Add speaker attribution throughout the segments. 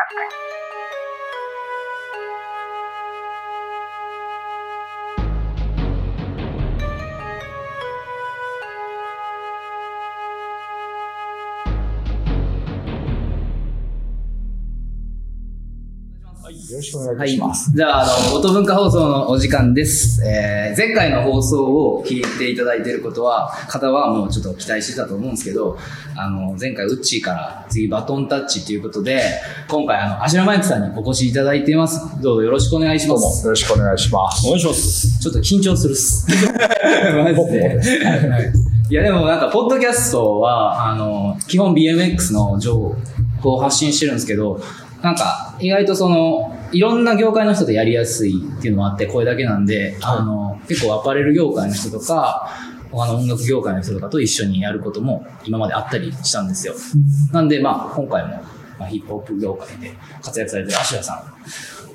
Speaker 1: Podcasting.
Speaker 2: Hi.
Speaker 3: よろしくお願いい
Speaker 2: は
Speaker 3: た
Speaker 2: い。
Speaker 3: し
Speaker 2: じ
Speaker 3: ます。
Speaker 2: ゃあ、あの、音文化放送のお時間です。えー、前回の放送を聞いていただいていることは、方はもうちょっと期待してたと思うんですけど、あの、前回ウッチーから次バトンタッチということで、今回あの、アシュラマイクさんにお越しいただいています。どうぞよろしくお願いしま
Speaker 3: どうも
Speaker 2: す。
Speaker 3: よろしくお願いします。
Speaker 4: お願いします。
Speaker 2: ちょっと緊張するっす。 マジ
Speaker 3: 僕も
Speaker 2: で
Speaker 3: で。す
Speaker 2: いやでもなんか、ポッドキャストは、あの、基本 BMX の情報を発信してるんですけど、なんか、意外とその、いろんな業界の人とやりやすいっていうのもあって、これだけなんで、あの、結構アパレル業界の人とか、他の音楽業界の人とかと一緒にやることも今まであったりしたんですよ。なんで、まあ、今回も、まあ、ヒップホップ業界で活躍されてるアシュラさ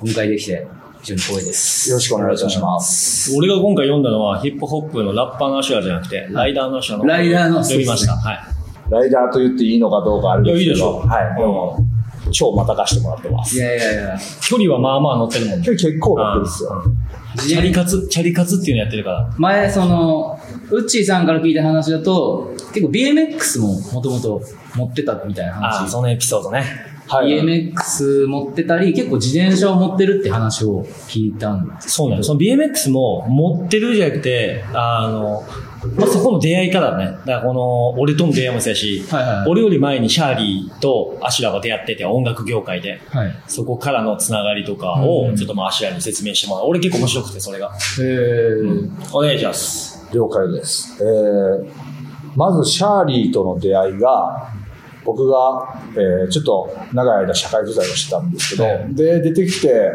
Speaker 2: ん、お迎えできて、非常に光栄です。
Speaker 3: よろしくお願いいたします。
Speaker 4: 俺が今回読んだのは、ヒップホップのラッパーのアシュラじゃなくて、ライダーのアシュラの。
Speaker 2: ライダーの
Speaker 4: 読みました。はい。
Speaker 3: ライダーと言っていいのかどうかあるんですけど。
Speaker 4: いやいいでしょう
Speaker 3: はい。もう、超またかしてもらってます。
Speaker 2: いやいやいや、
Speaker 4: 距離はまあまあ乗ってるもんね。
Speaker 3: 今日結構楽ですよ。
Speaker 2: 事
Speaker 4: チャ
Speaker 2: 前に
Speaker 4: リカツ、チャリカツっていうのやってるから。
Speaker 2: 前、その、ウッチーさんから聞いた話だと、結構 BMX ももともと持ってたみたいな
Speaker 4: ああ、
Speaker 2: 話。
Speaker 4: そのエピソードね。
Speaker 3: はい。
Speaker 2: BMX 持ってたり、結構自転車を持ってるって話を聞いたんです。
Speaker 4: そうなの。その BMX も持ってるじゃなくて、あの、まあ、そこの出会いからね。だからこの、俺との出会いもそうやし、
Speaker 2: はいはいはい
Speaker 4: 俺より前にシャーリーとアシュラが出会ってて、音楽業界で。
Speaker 2: はい。へ
Speaker 4: そこからのつながりとか
Speaker 2: う
Speaker 4: を、
Speaker 2: ん
Speaker 4: ちょっとまあアシュラに説明してもらう。俺結構面白くて、それが。
Speaker 2: ー。
Speaker 4: お願いします。
Speaker 3: 了解です。えー、まず、シャーリーとの出会いが、僕が、えー、ちょっと長い間社会不在をしてたんですけど、で、出てきて、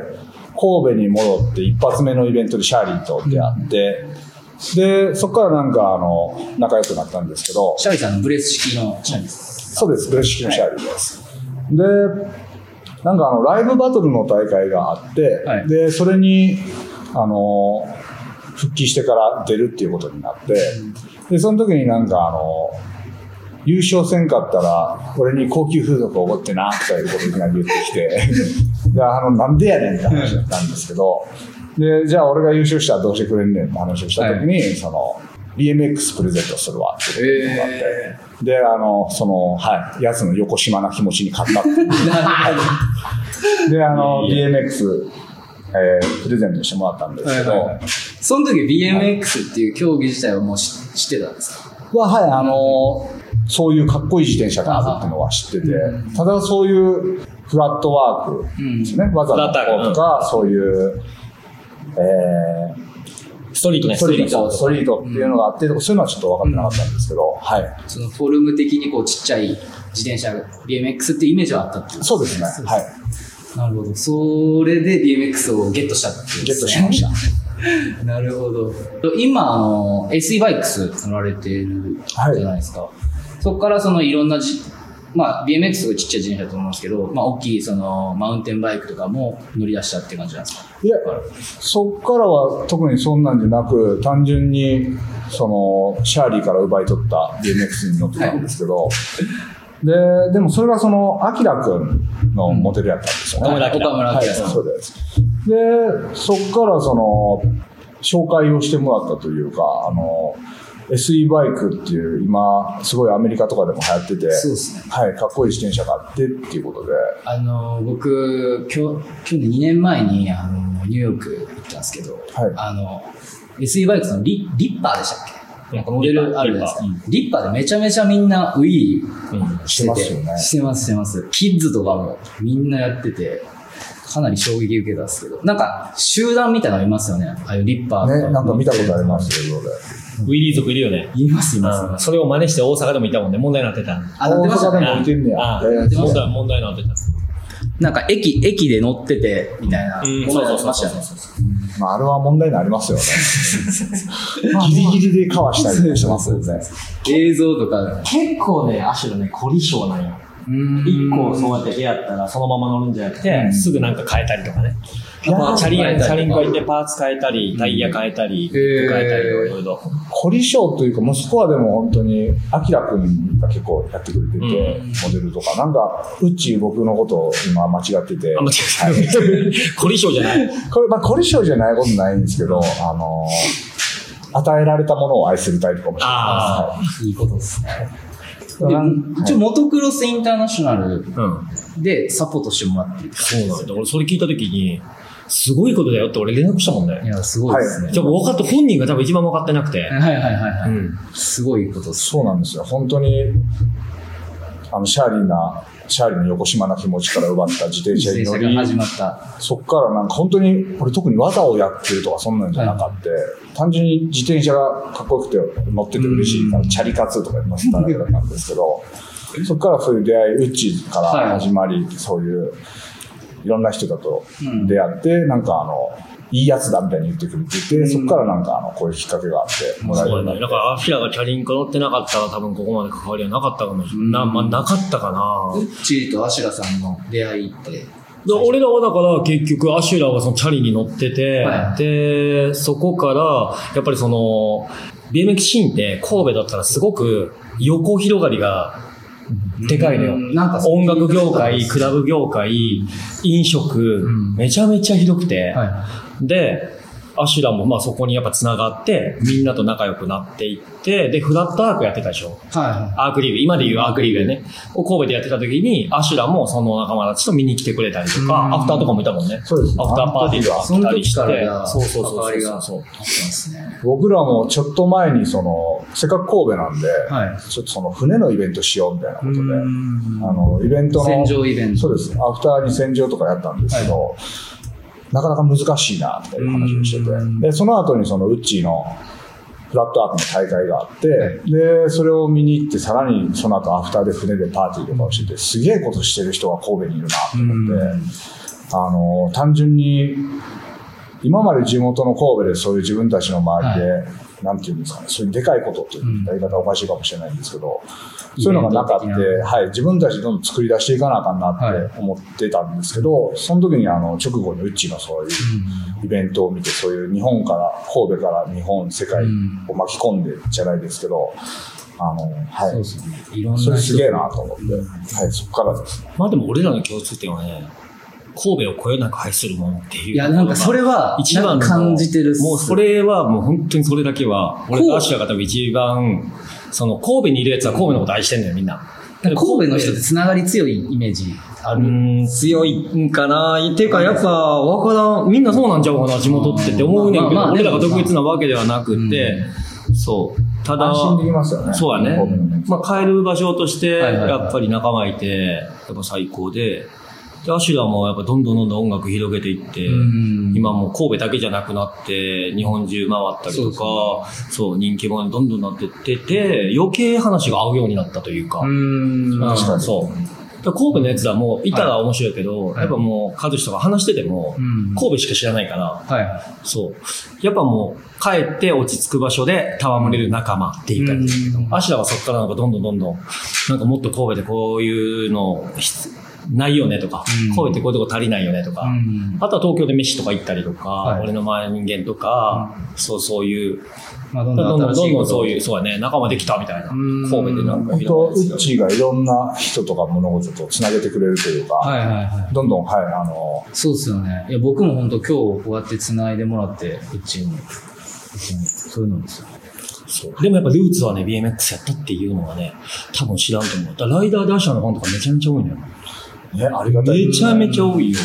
Speaker 3: 神戸に戻って一発目のイベントでシャーリーと出会って、で、そこからなんか、あの、仲良くなったんですけど、
Speaker 2: シャリさんのブレス式のシャリです。
Speaker 3: そうです、ブレシキのシャーリーです。で、なんかあの、ライブバトルの大会があって、
Speaker 2: はい
Speaker 3: で、それに、あの、復帰してから出るっていうことになって、で、その時になんかあの、優勝せんかったら、俺に高級風俗おごってな、とかいうことをいきなり言ってきて、 で、あの、なんでやねんって話だったんですけど、で、じゃあ俺が優勝したらどうしてくれんねんって話をした時に、その、BMX プレゼントするわって いうことがあって、で、あの、その、はい、やつの横島な気持ちに勝ったっていう で、あの、
Speaker 4: い
Speaker 3: BMX、えープレゼントしてもらったんですけど、
Speaker 2: はい
Speaker 3: は
Speaker 2: はいいその時 BMX っていう競技自体はもう知知ってたんですか
Speaker 3: はい、あの、そういうかっこいい自転車があるっていうのは知ってて、ただそういうフラットワークですね、わざとこうとか、そういう、えー
Speaker 4: ストリートね、
Speaker 3: ストリート、
Speaker 4: ス
Speaker 3: ストリートっていうのがあって、そういうのはちょっと分かってなかったんですけど、はい。
Speaker 2: そのフォルム的にこうちっちゃい自転車、BMX ってイメージはあったってい
Speaker 3: そうですね、はい。
Speaker 2: なるほど。それで BMX をゲットしたっていう、
Speaker 3: ゲットしました。
Speaker 2: た。 なるほど。今、あの、SE バイクス乗られてるじゃないですか。そこからそのいろんなじ、まあ BMX すごいちっちゃい自転車だと思うんですけど、まあ大きいそのマウンテンバイクとかも乗り出したって感じなんですか
Speaker 3: いや、そっからは特にそんなんじゃなく、単純に、その、シャーリーから奪い取った BMX に乗ってたんですけど、で、でもそれがその、アキラくんのモデルやったんですよね。
Speaker 4: 岡村明
Speaker 2: 岡村
Speaker 3: はい、
Speaker 2: 明さん。
Speaker 3: そうです。で、そっからその、紹介をしてもらったというか、あの、SE バイクっていう、今、すごいアメリカとかでも流行ってて、
Speaker 2: そうですね。
Speaker 3: はい、かっこいい自転車があってっていうことで、
Speaker 2: あの、僕、きょ去年2年前にあのニューヨーク行ったんですけど、
Speaker 3: はい
Speaker 2: あの、SE バイクスのリリッパーでしたっけなんかモデルあるじゃないですか
Speaker 4: リッ。
Speaker 2: リッパーでめちゃめちゃみんなウィー、
Speaker 4: トリート。
Speaker 3: してますよね。
Speaker 2: してます、してます。キッズとかもみんなやってて、かなり衝撃受けたんですけど、なんか集団みたいなのいますよね。ああいうリッパーとか。
Speaker 3: ね、なんか見たことありますよ、それ。
Speaker 4: ウィリー族いるよね。
Speaker 2: います、います。
Speaker 4: うんそれを真似して大阪でもいたもんね。問題になってた。
Speaker 2: あ、なってました
Speaker 3: 大阪で
Speaker 2: ね。
Speaker 3: も置いてんねや
Speaker 4: ああ
Speaker 3: えー
Speaker 4: 問題、問題になってた。
Speaker 2: なんか駅、駅で乗ってて、みたいな。
Speaker 4: うん
Speaker 2: この間ありましたよ
Speaker 4: そう
Speaker 2: ね。
Speaker 3: まあ、あれは問題になりますよね。ギリギリでかわしたりもしてますよね。
Speaker 2: 映像とか。
Speaker 4: 結構ね、アシュラね、凝り性なんよ。一個そうやって出会ったらそのまま乗るんじゃなくて、
Speaker 2: うん
Speaker 4: すぐなんか変えたりとかね。
Speaker 2: やパーツ
Speaker 4: チャリ
Speaker 2: 変えたり
Speaker 4: ン、
Speaker 2: とか
Speaker 4: チャリンコ行ってパーツ変えたり、タイヤ変えたり、
Speaker 2: へー
Speaker 4: 変えたり、いろいろ。
Speaker 3: 凝り性というか、もうそこはでも本当に、アキラくんが結構やってくれてて、
Speaker 4: う
Speaker 3: モデルとか、なんか、うっちー僕のことを今間違ってて、
Speaker 4: あ、間違えた。凝り性じゃない。
Speaker 3: これ、まあ、凝り性じゃないことないんですけど、あのー与えられたものを愛するタイプかもしれないで
Speaker 2: いいことですね。
Speaker 3: す。
Speaker 2: で
Speaker 3: はいなん
Speaker 2: 一応、モトクロスインターナショナル
Speaker 4: うん。
Speaker 2: でサポートしてもらってる。
Speaker 4: そうなんだ。俺それ聞いたときに、すごいことだよって俺連絡したもん
Speaker 2: い
Speaker 4: ね。
Speaker 2: や、すごいですね。
Speaker 4: じゃあ分かって、本人が多分一番分かってなくて。
Speaker 2: はいはいはいは
Speaker 4: う
Speaker 2: い。
Speaker 4: ん。
Speaker 2: すごいことです。
Speaker 3: そうなんですよ。本当に、あの、シャーリーな、シャーリーの横島な気持ちから奪った自転車に
Speaker 2: 自転
Speaker 3: 乗
Speaker 2: 車
Speaker 3: り
Speaker 2: が、始まった。
Speaker 3: そっからなんか本当に、俺特に技をやってるとかそんなんじゃなかった、単純に自転車がかっこよくて乗ってて嬉しいから、チャリカツとか言いましたらなんですけ ど、そっからそういう出会い、うちから始まり、そういう、いろんな人だと
Speaker 2: うん
Speaker 3: 出会って、なんかあの、いいやつだみたいに言ってくれてて、
Speaker 2: ん
Speaker 3: そっからなんかあの、こういうきっかけがあって、もらえるよ
Speaker 4: そうう
Speaker 3: に
Speaker 4: だ
Speaker 3: な
Speaker 4: ね。
Speaker 3: っ
Speaker 4: だから、アフィラがチャリンコ乗ってなかったら多分ここまで関わりはなかったかもしれない。な、
Speaker 2: うん
Speaker 4: まあ、なかったか
Speaker 2: う
Speaker 4: な。
Speaker 2: っちーとアシュラさんの出会いって。
Speaker 4: で俺らはだから結局アシュラはそのチャリに乗ってて、
Speaker 2: はい
Speaker 4: で、そこから、やっぱりその、BMX シーンって神戸だったらすごく横広がりがでかいのよ。
Speaker 2: うんなんかそう
Speaker 4: 音楽業界、クラブ業界、飲食、
Speaker 2: ん
Speaker 4: めちゃめちゃひどくて、
Speaker 2: は
Speaker 4: で、アシュラもまあそこにやっぱ繋がって、みんなと仲良くなっていって、で、フラットアークやってたでしょ。
Speaker 2: い。は
Speaker 4: アークリーグ、今で言うアークリーグやね。を神戸でやってた時に、アシュラもその仲間たちと見に来てくれたりと
Speaker 2: う
Speaker 4: か、
Speaker 2: ん
Speaker 4: アフターとかもいたもんね。
Speaker 3: そうですね
Speaker 4: アフターパーティーとか来たりして。
Speaker 2: その時からだ
Speaker 4: そうそう
Speaker 2: 関わり
Speaker 4: そ
Speaker 2: が
Speaker 4: うそう。
Speaker 2: い。あったんですね。
Speaker 3: 僕らもちょっと前にその、せっかく神戸なんで、
Speaker 2: はい。
Speaker 3: ちょっとその船のイベントしようみたいなことで、あ
Speaker 2: あ
Speaker 3: の、イベントの、
Speaker 2: 戦場イベント。
Speaker 3: そうです。アフターに洗浄とかやったんですけど、なかなか難しいな、みたいな話をしてて
Speaker 2: うん。
Speaker 3: で、その後にそのウッチーのフラットアークの大会があって、で、それを見に行って、さらにその後アフターで船でパーティーとかをしてて、すげえことしてる人が神戸にいるな、と思って、あの、単純に、今まで地元の神戸でそういう自分たちの周りで、なんていうんですかね、そういうでかいことっていう言い方はおかしいかもしれないんですけど、そういうのがなかった
Speaker 2: イベント的
Speaker 3: はい、自分たちでどんどん作り出していかなあかんなって思ってたんですけど、その時にあの直後にうっちーのそういうイベントを見て、そういう日本から、神戸から日本、世界
Speaker 2: うん
Speaker 3: を巻き込んでじゃないですけど、あの、は
Speaker 2: そうで
Speaker 3: い。
Speaker 2: すね。いろんな人
Speaker 3: それすげえなと思って、はい、そこからですね。
Speaker 4: まあでも俺らの共通点はね、神戸をこよなく愛するものっていう。
Speaker 2: いや、なんかそれは、
Speaker 4: 一番の
Speaker 2: 感じてるっす
Speaker 4: もうそれはもう本当にそれだけは、俺とアシュラが多分一番、その神戸にいる奴は神戸のこと愛してんのよ、みんな。
Speaker 2: なんか神戸の人ってつながり強いイメージあ
Speaker 4: う
Speaker 2: る。
Speaker 4: ーん、強いんかな。っていうか、やっぱ、わからん、みんなそうなんちゃうかな、地元ってって思うねんけ
Speaker 2: ま
Speaker 4: ど、
Speaker 2: あまあまあ
Speaker 4: 俺らが特別なわけではなくて、そう。ただ
Speaker 3: 安、心できますよね。
Speaker 4: そうだね
Speaker 3: 神戸のね。
Speaker 4: まあ、帰る場所として、
Speaker 2: はいはいはい
Speaker 4: やっぱり仲間いて、やっぱ最高で、で、アシュラもやっぱどんどんどんどん音楽広げていって、
Speaker 2: うん
Speaker 4: 今もう神戸だけじゃなくなって、日本中回ったりとか、そう,、人気者にどんどんなってってて、余計話が合うようになったというか、
Speaker 2: ん
Speaker 4: うん
Speaker 3: 確かに
Speaker 4: そう。だから神戸のやつらも、いたら面白いけど、
Speaker 2: はい
Speaker 4: やっぱもう、和志とか話してても、
Speaker 2: うん
Speaker 4: 神戸しか知らないから、
Speaker 2: はい。
Speaker 4: そう。やっぱもう、帰って落ち着く場所で戯れる仲間って言ったりですけど、
Speaker 2: うん
Speaker 4: アシュラはそっからなんかどんどんどんどん、なんかもっと神戸でこういうの、ないよねとか、
Speaker 2: うん
Speaker 4: 神戸ってこういうとこ足りないよねとか、
Speaker 2: うん
Speaker 4: あとは東京で飯とか行ったりとか、
Speaker 2: はい
Speaker 4: 俺の前の人間とか、そうそういう、
Speaker 2: まあ、どん
Speaker 4: どん
Speaker 2: ど
Speaker 4: ど
Speaker 2: ん新
Speaker 4: んど
Speaker 2: し
Speaker 4: ん
Speaker 2: い
Speaker 4: ど
Speaker 2: こ
Speaker 4: ん
Speaker 2: と
Speaker 4: そ
Speaker 2: を
Speaker 4: ういう、そうやね、仲間できたみたいな。
Speaker 2: うん
Speaker 4: 神戸でなんか
Speaker 3: 本
Speaker 4: い
Speaker 3: 当、
Speaker 4: ろん
Speaker 3: ウ
Speaker 4: なやつが
Speaker 3: ッチーがいろんな人とか物事とつなげてくれるというか、
Speaker 2: はいはいはい。
Speaker 3: どんどん、はい、あの、
Speaker 2: そうですよね。いや、僕も本当今日こうやって繋いでもらって、うちに。うちにそういうのですよ。
Speaker 4: そう。でもやっぱルーツはね、BMX やったっていうのはね、多分知らんと思う。だからライダーでアシャのファンとかめちゃめちゃ多いのよ。
Speaker 3: ね、ありがたい。
Speaker 4: めちゃめちゃ多いよ。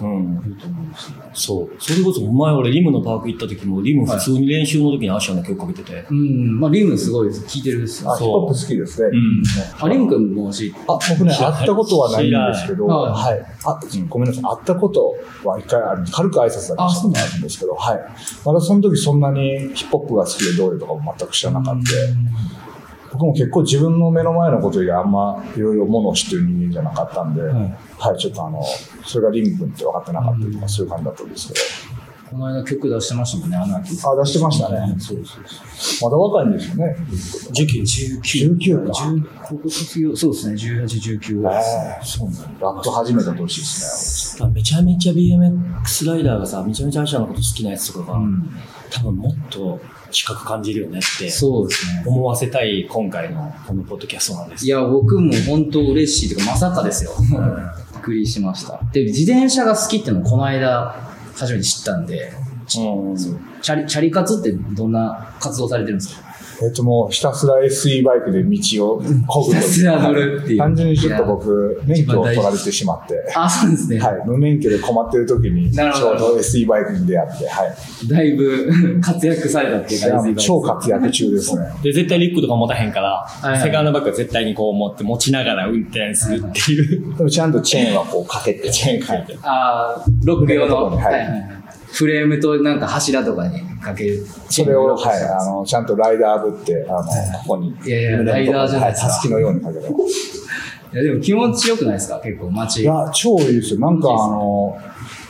Speaker 4: うん。
Speaker 2: いいと思うんですよ。
Speaker 4: そう。それこそ、前俺リムのパーク行った時も、リム普通に練習の時にアシャの曲かけてて。
Speaker 2: うん。まあ、リムすごいです。聞いてるですよ
Speaker 3: あ、ヒップホップ好きですね。
Speaker 4: ん
Speaker 2: あ、リム君もし、
Speaker 3: あ、僕ね、
Speaker 4: 知らない
Speaker 3: 会ったことはないんですけど、
Speaker 2: 知らな
Speaker 3: はい。あ、うんごめんなさい。会ったことは一回ある軽く挨拶だけ
Speaker 2: あそ
Speaker 3: し
Speaker 2: う
Speaker 3: た
Speaker 2: なん
Speaker 3: んですけど、はい。まだその時そんなにヒップホップが好きでどういうとかも全く知らなかった。僕も結構自分の目の前のこと以外あんまいろいろものを知ってる人間じゃなかったんで、
Speaker 2: ん
Speaker 3: はい、ちょっとあの、それがリン君って分かってなかったりとかそういう感じだったんですけど、
Speaker 2: この間曲出してましたもんね、アナキー。
Speaker 3: あ、出してましたね。まだ若いんですよね。
Speaker 4: 19。
Speaker 3: 19か。
Speaker 2: 10高校卒業、そうですね、18、19
Speaker 3: ええそうなんだラップ始めた年ですね。
Speaker 4: めちゃめちゃ BMX ライダーがさ、めちゃめちゃアシャのこと好きなやつとかが、
Speaker 2: うん。
Speaker 4: 多分もっと近く感じるよねって
Speaker 2: そうですね。
Speaker 4: 思わせたい今回のこのポッドキャストなんです
Speaker 2: い。や、僕も本当嬉しいというか、まさかですよ。びっくりしました。で、自転車が好きってのをこの間、初めて知ったんで、
Speaker 4: うん
Speaker 2: チャリ、チャリ活ってどんな活動されてるんですか
Speaker 3: えっともうひたすら SE バイクで道をこぐという
Speaker 2: ひたすら乗るっていう
Speaker 3: 単純にちょっと僕、免許を取られてしまって。
Speaker 2: あ、そうですね。
Speaker 3: はい、無免許で困ってる時に、ちょ
Speaker 2: なるほど
Speaker 3: うど SE バイクに出会って、はい。
Speaker 2: だいぶ 活躍されたっていう感じが。
Speaker 3: 超活躍中ですね。
Speaker 4: で、絶対リュックとか持たへんから、
Speaker 2: いはい
Speaker 4: セカンドバッグは絶対にこう持って持ちながら運転するっていう、
Speaker 3: でもちゃんとチェーンはこうかけて、チェーンかけて。
Speaker 2: ああ、ロック用の、
Speaker 3: はい
Speaker 2: フレームとなんか柱とかにかける。
Speaker 3: それを、はい、あの、ちゃんとライダーぶって、あの、ここに。
Speaker 2: いやいやライダーじゃないですか
Speaker 3: はたすきのようにかけてます。
Speaker 2: いや、でも気持ちよくないですか結構
Speaker 3: い
Speaker 2: 街。
Speaker 3: や、超いいですよ。なんか、あの、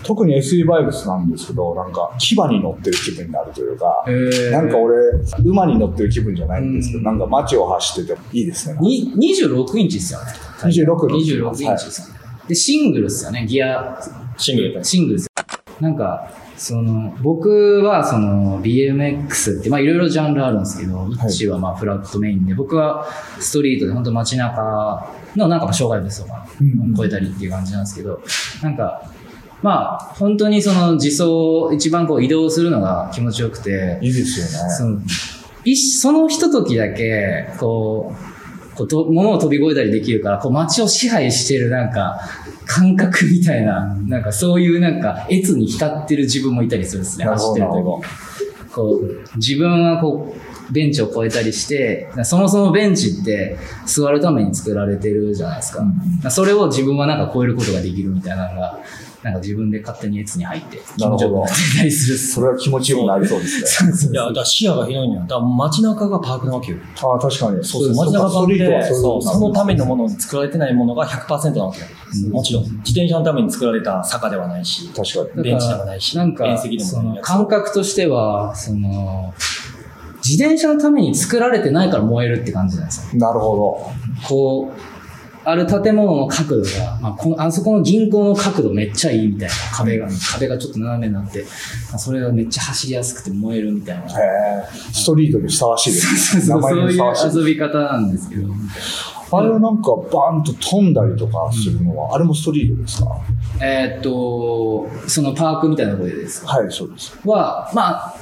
Speaker 3: 特に SE バイブスなんですけど、なんか、牙に乗ってる気分になるというか
Speaker 2: へ、ー
Speaker 3: なんか俺、馬に乗ってる気分じゃないんですけど、なんか街を走ってていいですね。
Speaker 2: に26インチですよね。
Speaker 3: 26
Speaker 2: 26インチですよね。で、シングルっすよね。ギア、
Speaker 4: シングルで。
Speaker 2: シングルっすよ。なんか、その、僕はその BMX って、まあいろいろジャンルあるんですけど、
Speaker 3: い
Speaker 2: 一はまあフラットメインで、僕はストリートで本当街中のなんか障害物とか
Speaker 3: うんうん
Speaker 2: 超えたりっていう感じなんですけど、なんか、まあ本当にその自走、一番こう移動するのが気持ちよくて、
Speaker 3: いいですよね。
Speaker 2: そのいそのひとときだけ、こう、こうと物を飛び越えたりできるから、こう街を支配してるなんか、感覚みたいな、なんかそういうなんか、越に浸ってる自分もいたりするんですね、
Speaker 3: なる
Speaker 2: 走っ
Speaker 3: ほど
Speaker 2: てる時
Speaker 3: なるほ
Speaker 2: こう、自分はこう、ベンチを越えたりして、そもそもベンチって座るために作られてるじゃないですか。それを自分はなんか超えることができるみたいなのが、なんか自分で勝手に越に入って、気持ちよくなってたりするっす
Speaker 3: それは気持ちよくなりそうですね。
Speaker 4: いや、だから視野が広いんだよ。だから街中がパークなわけよ。
Speaker 3: ああ、確かに。そ
Speaker 4: そうそう、街中パークで、そうそのためのも
Speaker 3: の。
Speaker 4: のに作られてないものが100%なわけよ。もちろん、自転車のために作られた坂ではないし、
Speaker 3: 確か
Speaker 2: だから
Speaker 4: ベンチでもないし
Speaker 2: なんか、
Speaker 4: 縁石でもない
Speaker 2: その感覚としては、その、自転車のために作られてないから燃えるって感じじゃないですか。
Speaker 3: に。なるほ
Speaker 2: こう、ある建物の角度が、まあ、このあそこの銀行の角度めっちゃいいみたいな壁が、壁がちょっと斜めになって、まあそれがめっちゃ走りやすくて燃えるみたいな。
Speaker 3: ど。へえ。ストリートにふさわしいです
Speaker 2: そう
Speaker 3: ね。
Speaker 2: そう
Speaker 3: 名前
Speaker 2: そう
Speaker 3: にふさわしい。
Speaker 2: いう遊び方なんですけど。
Speaker 3: あれをなんかバーンと飛んだりとかするのは、あれもストリートですか
Speaker 2: えーっと、そのパークみたいなところでですか
Speaker 3: はい、そうです。
Speaker 2: は、まあ、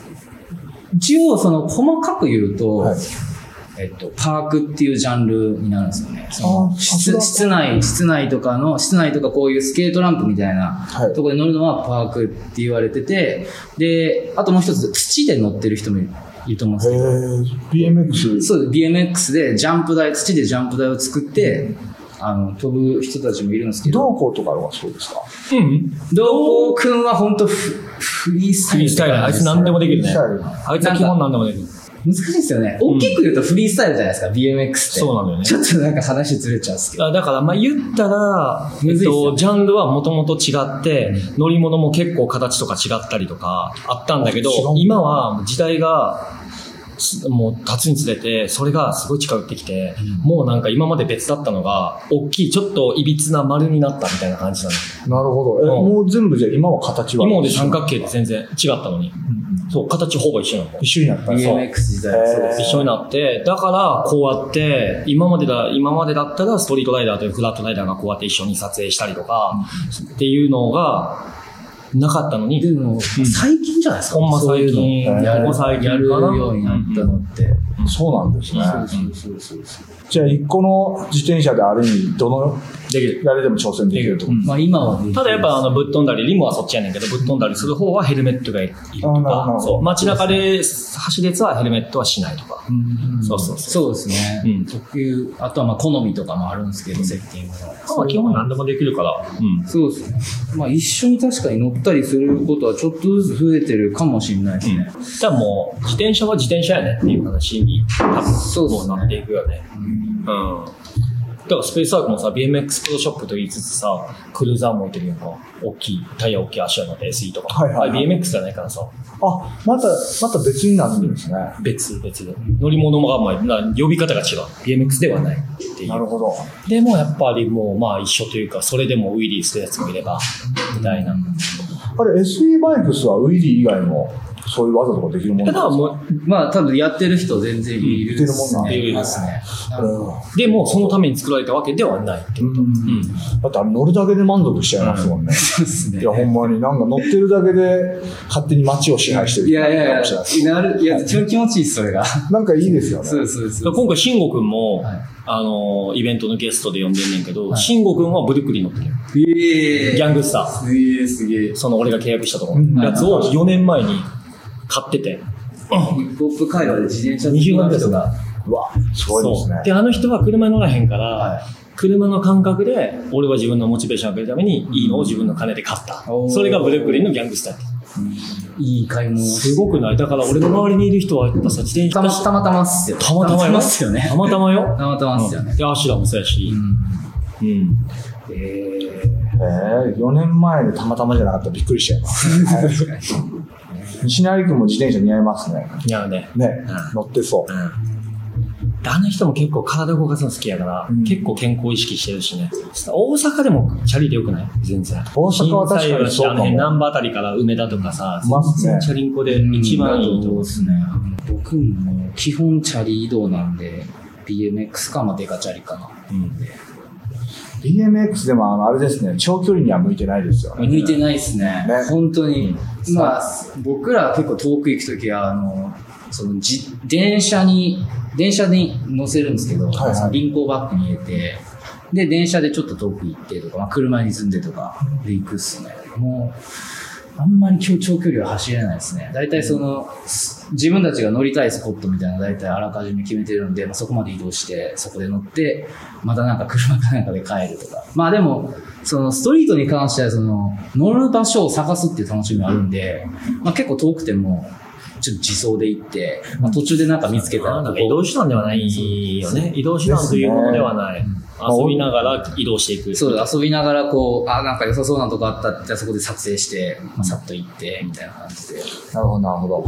Speaker 2: 一応その細かく言うと、
Speaker 3: はい
Speaker 2: えっと、パークっていうジャンルになるんですよね。そ
Speaker 3: あ
Speaker 2: の
Speaker 3: ー
Speaker 2: 室
Speaker 3: あ
Speaker 2: 室内、室内とかの、室内とかこういうスケートランプみたいな
Speaker 3: はい
Speaker 2: とこで乗るのはパークって言われてて、で、あともう一つ土で乗ってる人もいるいると思うんで
Speaker 3: へ
Speaker 2: すけど、
Speaker 3: え。BMX。
Speaker 2: そうです BMX でジャンプ台、土でジャンプ台を作って、あの、飛ぶ人たちもいるんですけど、
Speaker 3: どうこうとかはそうですか
Speaker 4: うん。
Speaker 2: どうくんは本当フフリースタ
Speaker 4: フ
Speaker 2: イ
Speaker 4: リ
Speaker 2: ルと
Speaker 4: ース
Speaker 2: か
Speaker 4: タイル、あいつ何でもできる
Speaker 3: フリー
Speaker 4: ね
Speaker 3: スタイル。
Speaker 4: あいつは基本何でもできる。
Speaker 2: 難しいですよね。大きく言うとフリースタイルじゃないですか、BMX って。
Speaker 4: そうなんだよね
Speaker 2: ちょっとなんか話ずれちゃうんですけど。
Speaker 4: あだから、まあ、言ったら、え
Speaker 2: むずい
Speaker 4: っ
Speaker 2: っすよ
Speaker 4: と、ジャンルはもともと違って、乗り物も結構形とか違ったりとかあったんだけど
Speaker 3: 違うんだ、
Speaker 4: 今は時代が、すもう経つにつれて、それがすごい近寄ってきて、もうなんか今まで別だったのが、大きい、ちょっといびつな丸になったみたいな感じなの。
Speaker 3: なるほど。え、
Speaker 4: うん
Speaker 3: もう全部じゃあ今は形は
Speaker 4: 今まで三角形って全然違ったのに、そう、形ほぼ一緒なの。
Speaker 3: 一緒になったんですか
Speaker 2: BMX 時代はそうです。
Speaker 3: へ
Speaker 4: 一緒になって、だからこうやって、今までだ、今までだったらストリートライダーとフラットライダーがこうやって一緒に撮影したりとか、っていうのがなかったの
Speaker 2: で
Speaker 4: に、
Speaker 2: も、最近じゃないですか。
Speaker 4: ほんま最
Speaker 2: そうい
Speaker 4: 近、
Speaker 2: うのや
Speaker 4: こ
Speaker 2: る
Speaker 4: こ最近
Speaker 2: やる
Speaker 4: かな
Speaker 2: ようになったのって。
Speaker 3: そうなんですね。
Speaker 2: そうそうそうそう。
Speaker 3: じゃあ、一個の自転車である意味、どの、
Speaker 4: できる。
Speaker 3: 誰でも挑戦できると。
Speaker 2: まあ今はね
Speaker 4: ただやっぱあのぶっ飛んだり、リムはそっちやねんけど、ぶっ飛んだりする方はヘルメットがいると
Speaker 3: あなるほ
Speaker 4: か
Speaker 3: ど、
Speaker 4: そう街中で走るやつはヘルメットはしないとか。そうそうそう。
Speaker 2: そうですね。
Speaker 4: うん
Speaker 2: 特有、あとはまあ好みとかもあるんですけど、セッティングの。
Speaker 4: まあ基本何でもできるから。うん。
Speaker 2: そうですね。まあ一緒に確かに乗ったりすることはちょっとずつ増えてるかもしれないですね。
Speaker 4: じゃあもう、自転車は自転車やねっていう話に、多分、
Speaker 2: そうっすね
Speaker 4: もうなっていくよね。うん。だからスペースワークもさ、BMX プロショップと言いつつさ、クルーザーも置いてるやんか。大きい、タイヤ大きい足を乗って SE とか。
Speaker 3: はいはいはい
Speaker 4: あれ BMX じゃないからさ、
Speaker 3: あ、また、また別になるんですね。
Speaker 4: 別、別で。乗り物が、まあ、な呼び方が違う。BMX ではないってい
Speaker 3: な
Speaker 4: う。
Speaker 3: るほど。
Speaker 4: でもやっぱりもう、まあ一緒というか、それでもウィリーするやつもいれば、みたいな。
Speaker 3: あれ、SE バイクスはウィリー以外も、そういう技とかできるもん
Speaker 4: ただ
Speaker 3: か
Speaker 4: もう、
Speaker 2: まあ、多分やってる人全然いるです
Speaker 3: うん
Speaker 2: ね。
Speaker 4: いるもんなんだ
Speaker 2: ね。
Speaker 4: でもそのために作られたわけではないって
Speaker 3: う
Speaker 4: こ
Speaker 3: ん
Speaker 4: と。うん。
Speaker 3: だってあれ乗るだけで満足しちゃいますもんね。
Speaker 2: そうですね
Speaker 3: い。や、ほんまになんか乗ってるだけで勝手に街を支配してる
Speaker 2: いやいやい
Speaker 3: か
Speaker 2: や
Speaker 3: もしれないです、
Speaker 2: なる、いや、超気持ちいいです、それが。
Speaker 3: なんかいいですよね。
Speaker 2: そうですそうです
Speaker 4: だから今回、慎吾くんも、
Speaker 2: はい
Speaker 4: あの、イベントのゲストで呼んでんねんけど、
Speaker 2: はい
Speaker 4: 慎吾くんはブルックリン乗ってるよ。
Speaker 2: ええ
Speaker 4: ギャングスター。
Speaker 2: すげえ、すげえ。
Speaker 4: その俺が契約したところ
Speaker 3: うん
Speaker 4: のやつを4年前に買ってて。
Speaker 2: ヒップホップ会話で自転車
Speaker 4: 20万ぐらいです
Speaker 2: と
Speaker 4: よ
Speaker 2: か。
Speaker 3: うわ、すごいですね
Speaker 4: そう。で、あの人は車に乗らへんから、
Speaker 2: はい
Speaker 4: 車の感覚で、俺は自分のモチベーションを上げるために、いいのを自分の金で買った。
Speaker 2: おー
Speaker 4: それがブルックリンのギャングスターやった
Speaker 2: いい買い物をして
Speaker 4: すごくないだから俺の周りにいる人は、やっぱさ、自転車
Speaker 2: たまたまたまっすよ。
Speaker 4: たまたまよ
Speaker 2: たまっすよね
Speaker 4: た。またまよ。
Speaker 2: たまたまっすよね。
Speaker 4: で、アシュラもそうやし
Speaker 2: う。ん。
Speaker 4: うん
Speaker 2: え
Speaker 3: ええ4年前でたまたまじゃなかったらびっくりしちゃいます。 はい西成君も自転車似合いますね。
Speaker 4: いやね。
Speaker 3: ね
Speaker 4: う、
Speaker 3: 乗ってそう。
Speaker 4: であの人も結構体動かすの好きやから、
Speaker 3: うん
Speaker 4: 結構健康意識してるしね。大阪でもチャリでよくない全然。
Speaker 3: 大阪は確かにそうかも
Speaker 4: あの辺、南波あたりから梅田とかさ、
Speaker 3: いますね
Speaker 4: 全然チャリンコで一番いいと思う。
Speaker 2: ですね。僕も基本チャリ移動なんで、BMX か、まあ、デカチャリかな。
Speaker 3: BMX でもあのあれですね、長距離には向いてないですよね。
Speaker 2: 向いてないですね。
Speaker 3: ね
Speaker 2: 本当に。
Speaker 3: うん
Speaker 2: まあ、僕ら結構遠く行くときは、あの、そのじ、電車に、電車に乗せるんですけど、
Speaker 3: はいはい
Speaker 2: その輪行バッグに入れて、で、電車でちょっと遠く行ってとか、まあ、車に積んでとかで行くっすね。もう、あんまり長長距離は走れないですね。大体その、す自分たちが乗りたいスポットみたいなの大体あらかじめ決めてるんで、まあ、そこまで移動して、そこで乗って、またなんか車かなんかで帰るとか。まあでも、そのストリートに関してはその、乗る場所を探すっていう楽しみがあるんで、まあ結構遠くても、ちょっと自走で行って、まあ途中でなんか見つけたら
Speaker 4: なん
Speaker 2: こ
Speaker 4: か移
Speaker 2: こ、
Speaker 4: 動手段ではないよね。移動手段というものではない。遊びながら移動していく。
Speaker 2: そう遊びながらこう、あ、なんか良さそうなとこあったらじゃあそこで撮影して、まあ、さっと行って、みたいな感じで。
Speaker 3: なるほど、なるほど。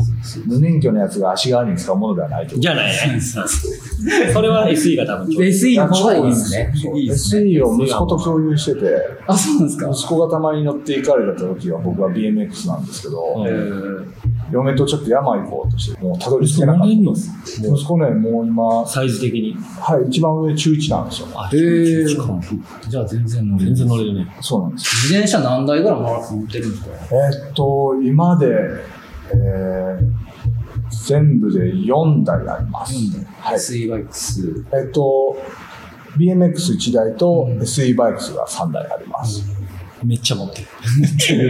Speaker 3: 無免許のやつが足代わりに使うものではないと。
Speaker 4: じゃないね。それは SE が多分ちょうど。
Speaker 2: SE の方がいいですね。
Speaker 3: そう
Speaker 2: いいですね。
Speaker 3: SE を息子と共有してて、
Speaker 2: あ、そうなんですか。
Speaker 3: 息子がたまに乗って行かれた時は僕は BMX なんですけど、
Speaker 4: うん
Speaker 3: 嫁とちょっと山行こうとして、もうたどり着けなか
Speaker 4: 乗
Speaker 3: っ
Speaker 4: れんの
Speaker 3: た。息子ね、もう今、
Speaker 4: サイズ的に。
Speaker 3: はい、一番上中1なんですよ。
Speaker 4: あ
Speaker 2: へー
Speaker 4: しかも
Speaker 2: じゃあ全然乗れる
Speaker 4: 全然乗れるね。
Speaker 3: そうなんです。
Speaker 2: 自転車何台ぐらい乗ってるんですか
Speaker 3: えーっと、今で、えー全部で4台あります。はい。
Speaker 2: ?SE バイクス。
Speaker 3: えっと、BMX1 台と SE バイクスが3台あります。
Speaker 4: めっちゃ持ってる。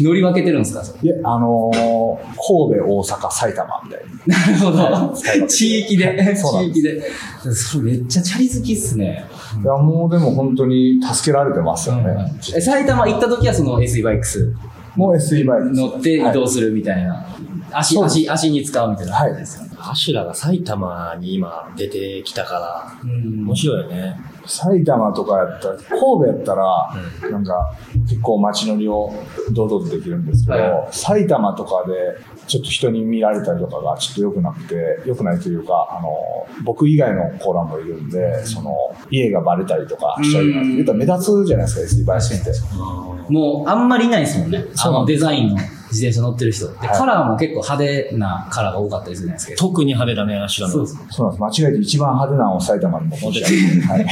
Speaker 2: 乗り分けてるんですかそれ
Speaker 3: いや、あのー神戸、大阪、埼玉みたいに。
Speaker 2: なるほ
Speaker 3: 使い分けて
Speaker 2: ど。地域で。
Speaker 3: そうなん
Speaker 2: 地
Speaker 3: です
Speaker 2: 域で。それめっちゃチャリ好きっすね。
Speaker 3: いや、もうでも本当に助けられてますよね。
Speaker 2: え埼玉行った時はその SE バイクス
Speaker 3: もう SE バイクス。
Speaker 2: 乗って移動するみたいな。足、
Speaker 3: そうです
Speaker 2: 足、足に使うみたいな感じですよね。
Speaker 4: アシュラが埼玉に今出てきたから、
Speaker 2: うん
Speaker 4: 面白いよね。
Speaker 3: 埼玉とかやったら、神戸やったら、なんか結構街乗りを堂々とできるんですけど、
Speaker 2: はいは
Speaker 3: 埼玉とかでちょっと人に見られたりとかがちょっと良くなくて、良くないというか、あの、僕以外の子らもいるんで、その、家がバレたりとかしちゃうような、
Speaker 2: うん
Speaker 3: 言ったら目立つじゃないですか、SE バイスって。
Speaker 2: もうあんまりいないですもんね。あ
Speaker 4: そうなん
Speaker 2: のデザインの自転車乗ってる人。で
Speaker 3: はい
Speaker 2: カラーも結構派手なカラーが多かったりするじゃないですか。
Speaker 4: 特に派手だね、アシュラの。
Speaker 2: そうです。
Speaker 3: そうなんです。間違えて一番派手なのを埼玉に持ってきちゃう。はい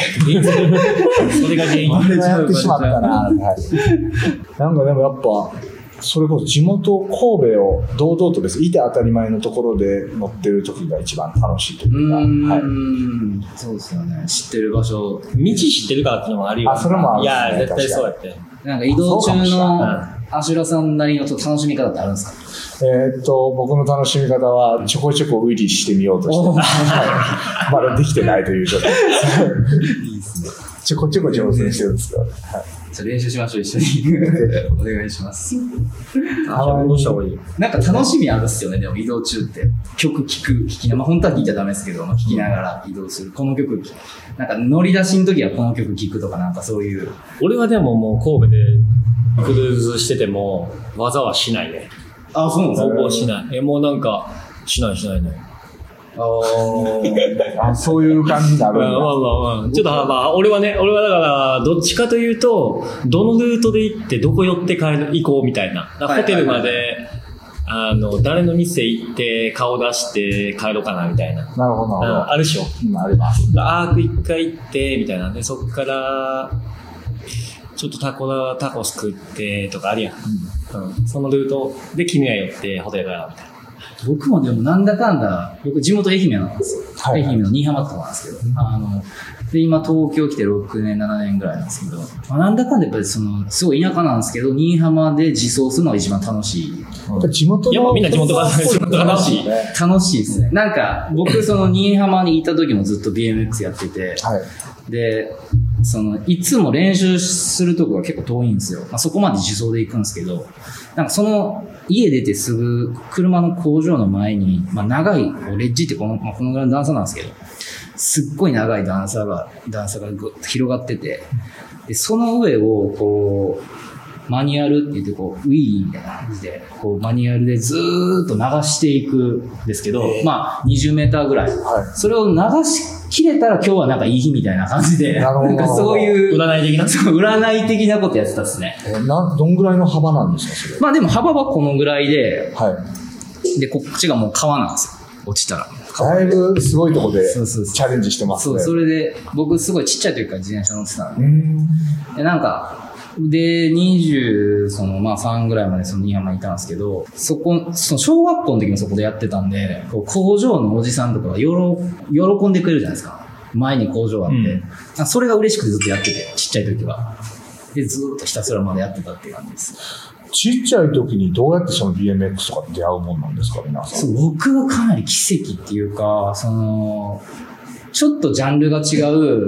Speaker 4: それが原因。
Speaker 3: あれや
Speaker 2: や
Speaker 3: っ
Speaker 2: ってて
Speaker 3: し
Speaker 2: し
Speaker 3: ま
Speaker 2: ま
Speaker 3: っ
Speaker 2: ったた
Speaker 3: な。なんかでもやっぱ、それこそ地元神戸を堂々と別にいて当たり前のところで乗ってる時が一番楽しいと
Speaker 2: う
Speaker 3: いうか、はい。
Speaker 2: ーん、そうですよね。知ってる場所。
Speaker 4: 道知ってるからっていうのもあるよ。
Speaker 3: あそれもある
Speaker 4: いや、絶対
Speaker 3: 確かに
Speaker 4: そうやって。
Speaker 2: なんか移動中
Speaker 3: そうかも
Speaker 2: の
Speaker 3: し
Speaker 2: アシュラさんなりのちょっと楽しみ方ってあるんですか
Speaker 3: えーっと、僕の楽しみ方はちょこちょこウィリーしてみようとして、
Speaker 2: おー
Speaker 3: はいまだできてないという状態。
Speaker 2: いいですね。
Speaker 3: ちょこちょこ挑戦してるんですけど、はい
Speaker 2: じゃあ練習しましょう、一緒に。 お願いします。
Speaker 4: あどうした方がいい
Speaker 2: なんか楽しみあるっすよね、でも移動中って。曲聴く、聴きな、まあ本当は聴いちゃダメですけど、まあ、聴きながら移動する。この曲、なんか乗り出しの時はこの曲聴くとかなんかそういう。
Speaker 4: 俺はでももう神戸でクルーズしてても、技はしないね。
Speaker 2: あ、そうなん
Speaker 4: ほぼしない。え、もうなんか、しないしないね。
Speaker 2: あー
Speaker 3: あそういう感じにな
Speaker 4: うん、
Speaker 3: る
Speaker 4: ま
Speaker 3: ん
Speaker 4: あま
Speaker 3: だ。
Speaker 4: あまあ。ちょっと、まあ、俺はね、俺はだから、どっちかというと、どのルートで行って、どこ寄って帰る、行こうみたいな。だから
Speaker 2: はい
Speaker 4: ホテルま
Speaker 2: は
Speaker 4: で、あの、誰の店行って、顔出して帰ろうかな、みたいな。
Speaker 3: なるほど、
Speaker 4: うん
Speaker 3: な
Speaker 4: あるでしょ。
Speaker 3: るほど。あります。
Speaker 4: アーク一回行って、みたいなね。そっから、ちょっとタコだ、タコス食って、とかあるやん。うん。そのルートで君は寄って、ホテルだ、みたいな。
Speaker 2: 僕もでもなんだかんだ、僕地元愛媛なんですよ。
Speaker 3: はいはい
Speaker 2: 愛媛の新居浜ってとこなんですけど。あの、で、今東京来て6年、7年ぐらいなんですけど、まあ、なんだかんだやっぱりその、すごい田舎なんですけど、新居浜で自走するのが一番楽しい
Speaker 3: やっぱ地元の
Speaker 4: いやもうみんな地元が
Speaker 3: そう
Speaker 4: 地元が楽しい
Speaker 3: ね
Speaker 2: 楽しいですね。なんか、僕、その、新居浜にいた時もずっと BMX やってて、
Speaker 3: はい。
Speaker 2: で、その、いつも練習するとこが結構遠いんですよ。まあ、そこまで自走で行くんですけど、なんかその、家出てすぐ、車の工場の前に、まあ、長い、こうレッジってこの、まあ、このぐらいの段差なんですけど、すっごい長い段差が、段差がぐっと広がってて、で、その上を、こう、マニュアルって言って、こう、ウィーみたいな感じで、こう、マニュアルでずーっと流していくんですけど、
Speaker 4: えー
Speaker 2: まあ、20メーターぐらい。
Speaker 3: は
Speaker 2: それを流しきれたら今日はなんかいい日みたいな感じで、
Speaker 3: なるほど
Speaker 2: んかそういう、
Speaker 4: 占い的な
Speaker 2: そう占い的なことやってたっすね。
Speaker 3: えーなどんぐらいの幅なんですか、それ。
Speaker 2: まあでも幅はこのぐらいで、
Speaker 3: はい。
Speaker 2: で、こっちがもう川なんですよ。落ちたら。
Speaker 3: だいぶすごいとこでチ
Speaker 2: そうそうそう
Speaker 3: ャレンジしてます
Speaker 2: そう、
Speaker 3: ね。
Speaker 2: それで、僕すごいちっちゃい時から自転車乗ってたん
Speaker 3: うーん
Speaker 2: で、でなんか、で、20、その、まあ3ぐらいまでその新居浜にいたんですけど、そこ、その小学校の時もそこでやってたんで、こう工場のおじさんとかがよろ、喜んでくれるじゃないですか。前に工場あって。
Speaker 4: うん
Speaker 2: あそれが嬉しくてずっとやってて、ちっちゃい時は。で、ずっとひたすらまでやってたっていう感じです。
Speaker 3: ちっちゃい時にどうやってその BMX とか出会うもんなんですか、皆さ
Speaker 2: そ
Speaker 3: ん。
Speaker 2: う僕はかなり奇跡っていうか、その、ちょっとジャンルが違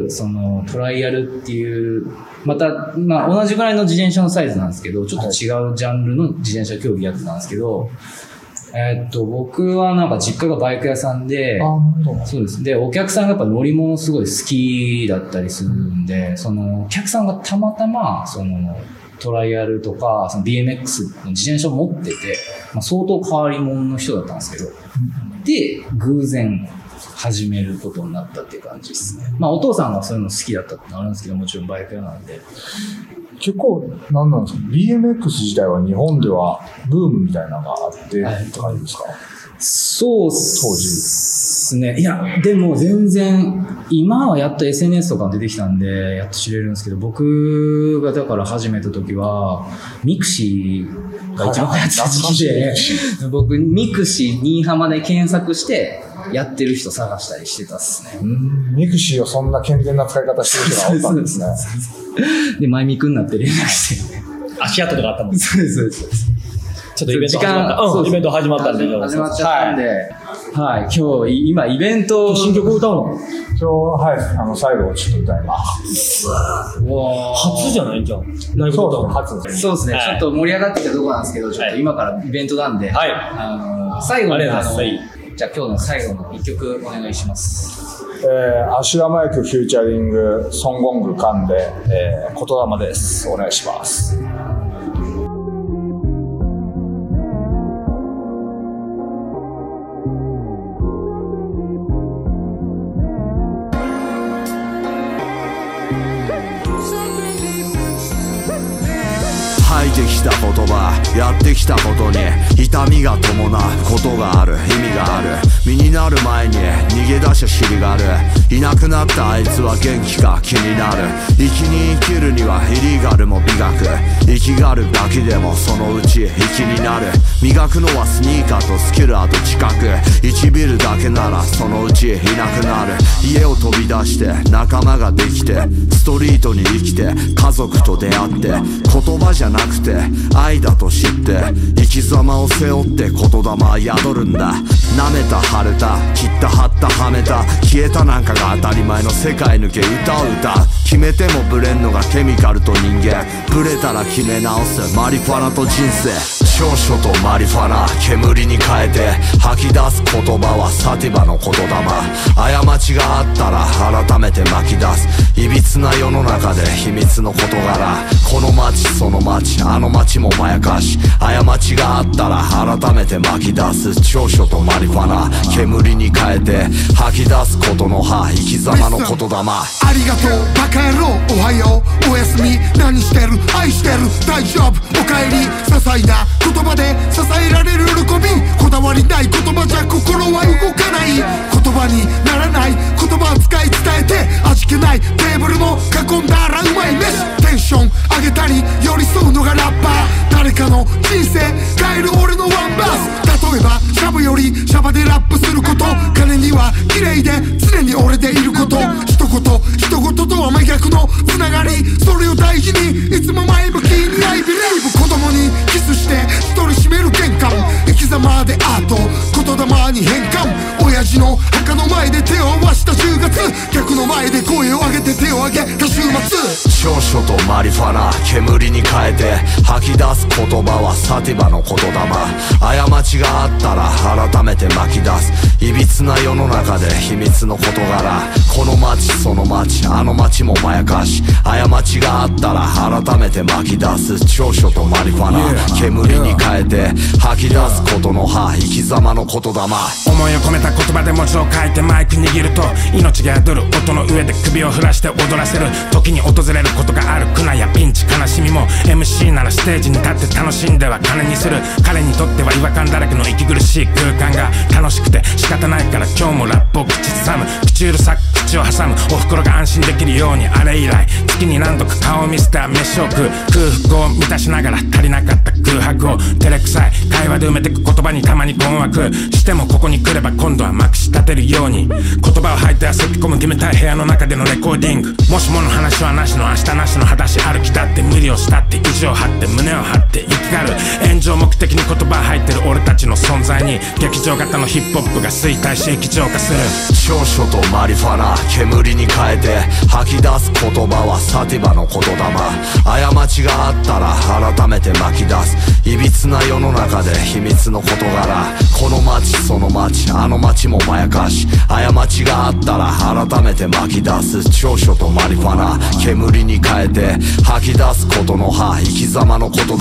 Speaker 2: う、その、トライアルっていう、また、まあ、同じぐらいの自転車のサイズなんですけど、ちょっと違うジャンルの自転車競技やってたんですけど、えーっと、僕はなんか実家がバイク屋さんで、
Speaker 3: あーそう
Speaker 2: そうです。で、お客さんがやっぱ乗り物すごい好きだったりするんで、その、お客さんがたまたま、その、トライアルとか、その BMX の自転車を持ってて、まあ、相当変わり者の人だったんですけど、で、偶然始めることになったっていう感じですね。まあ、お父さんがそういうの好きだったってのあるんですけど、もちろんバイク屋なんで。
Speaker 3: 結構、なんなんですか ?BMX 自体は日本ではブームみたいなのがあって、
Speaker 2: はい
Speaker 3: って感じですか
Speaker 2: そうっすね。いや、でも全然、今はやっと SNS とか出てきたんで、やっと知れるんですけど、僕がだから始めた時は、ミクシーが一番流行ってた時期
Speaker 3: はい
Speaker 2: で
Speaker 3: 懐か、
Speaker 2: 僕、ミクシー新居浜で検索して、やってる人探したりしてたっすね。
Speaker 3: うんミクシーをそんな健全な使い方してる人がおったんです ね。
Speaker 2: で、マイミクになって連絡して。
Speaker 4: 足跡とかあったもん。ちょ
Speaker 2: そうです、そうです。
Speaker 4: っとイベント始まった。、
Speaker 2: そううん
Speaker 4: イベント始まったんで。
Speaker 2: 始まっちゃったんで、はい、今日、今イベント、
Speaker 4: 新曲歌うの
Speaker 3: 今日、はい、あの、最後ちょっと歌います。
Speaker 4: 初じゃないじゃん。ライブ
Speaker 3: そう
Speaker 4: 歌
Speaker 3: そうう、初
Speaker 4: の。
Speaker 3: ですね。
Speaker 2: そうですね、
Speaker 4: はい
Speaker 2: ちょっと盛り上がってきたところなんですけど、ちょっ
Speaker 4: は
Speaker 2: と
Speaker 4: い
Speaker 2: 今からイベントなんで、
Speaker 4: はい
Speaker 2: あの最後
Speaker 4: あり
Speaker 2: に
Speaker 4: が
Speaker 2: あ
Speaker 4: とう
Speaker 2: の、
Speaker 4: ござい
Speaker 2: じゃあ今日の最後の一曲お願いします。
Speaker 3: えー、アシュラマイクフューチャリング、ソンゴングカンで、えー、言霊です。お願いします。
Speaker 1: 吐いてきた言葉やってきたことに痛みが伴うことがある意味がある身になる前に逃げ出しゃ尻があるいなくなったあいつは元気か気になる生きに生きるにはイリーガルも美学生きがるだけでもそのうち生きになる磨くのはスニーカーとスキルあと近く1ビルだけならそのうちいなくなる家を飛び出して仲間ができてストリートに生きて家族と出会って言葉じゃなくて愛だと知って生き様を背負って言霊は宿るんだ舐めた腫れた切った張ったはめた消えたなんかが当たり前の世界抜け歌を歌う決めてもブレんのがケミカルと人間ブレたら決め直すマリファナと人生長所とマリファナ煙に変えて吐き出す言葉はサティバの言霊過ちがあったら改めて巻き出すいびつな世の中で秘密の事柄この街その街あの街もまやかし過ちがあったら改めて巻き出す長所とマリファナ煙に変えて吐き出すことの葉生き様の言霊
Speaker 5: ありがとうバカ野郎おはようおやすみ何してる愛してる大丈夫おかえり些細な言葉で支えられる喜びこだわりない言葉じゃ心は動かない言葉にならない言葉扱い伝えて味気ないテーブルも囲んだらうまい飯テンション上げたり寄り添うのがラッパー誰かの人生変える俺のワンバース例えばシャブよりシャバでラップすること金には綺麗で常に俺でいること一言一言とは真逆のつながりそれを大事にいつも前向きに I believe 子供にキスして独り占める玄関生き様でアート言霊に変換親父の墓の前で手を合わした10月客の前で声を上げて手を上げた週末
Speaker 1: 長所とマリファナ煙に変えて吐き出す言葉はサティバの言霊過ちがあったら改めて巻き出すいびつな世の中で秘密の事柄この街その街あの街もまやかし過ちがあったら改めて巻き出す長所とマリファナ煙に変えて吐き出すことの葉生き様の言霊
Speaker 6: 思いを込めた言葉で文字を書いてマイク握ると命が宿る音の上で首を振らして踊らせる時に訪れることがある苦難やピンチ悲しみも MC ならステージに立って楽しんでは金にする彼にとっては違和感だらけの息苦しい空間が楽しくて仕方ないから今日もラップを口ずさむ口うるさく口を挟むお袋が安心できるようにあれ以来月に何度か顔を見せては飯を食う空腹を満たしながら足りなかった空白を照れくさい会話で埋めてく言葉にたまに困惑してもここに来れば今度はまくし立てるように言葉を吐いてはせき込む決めたい部屋の中でのレコーディングもしもの話はなしの明日なしの裸足歩きだって無理をしたって意地を張って胸を張って生きがる炎上目的に言葉吐いてる俺たちの存在に劇場型のヒップホップが衰退し液状化する
Speaker 1: 長所とマリファナ煙に変えて吐き出す言葉はサティバの言霊過ちがあったら改めて巻き出すいびつな世の中で秘密の事柄この街その街あの街もまやかし過ちがあったら改めて巻き出す長所とマリファナ煙に変えて吐き出すことの葉生き様の言霊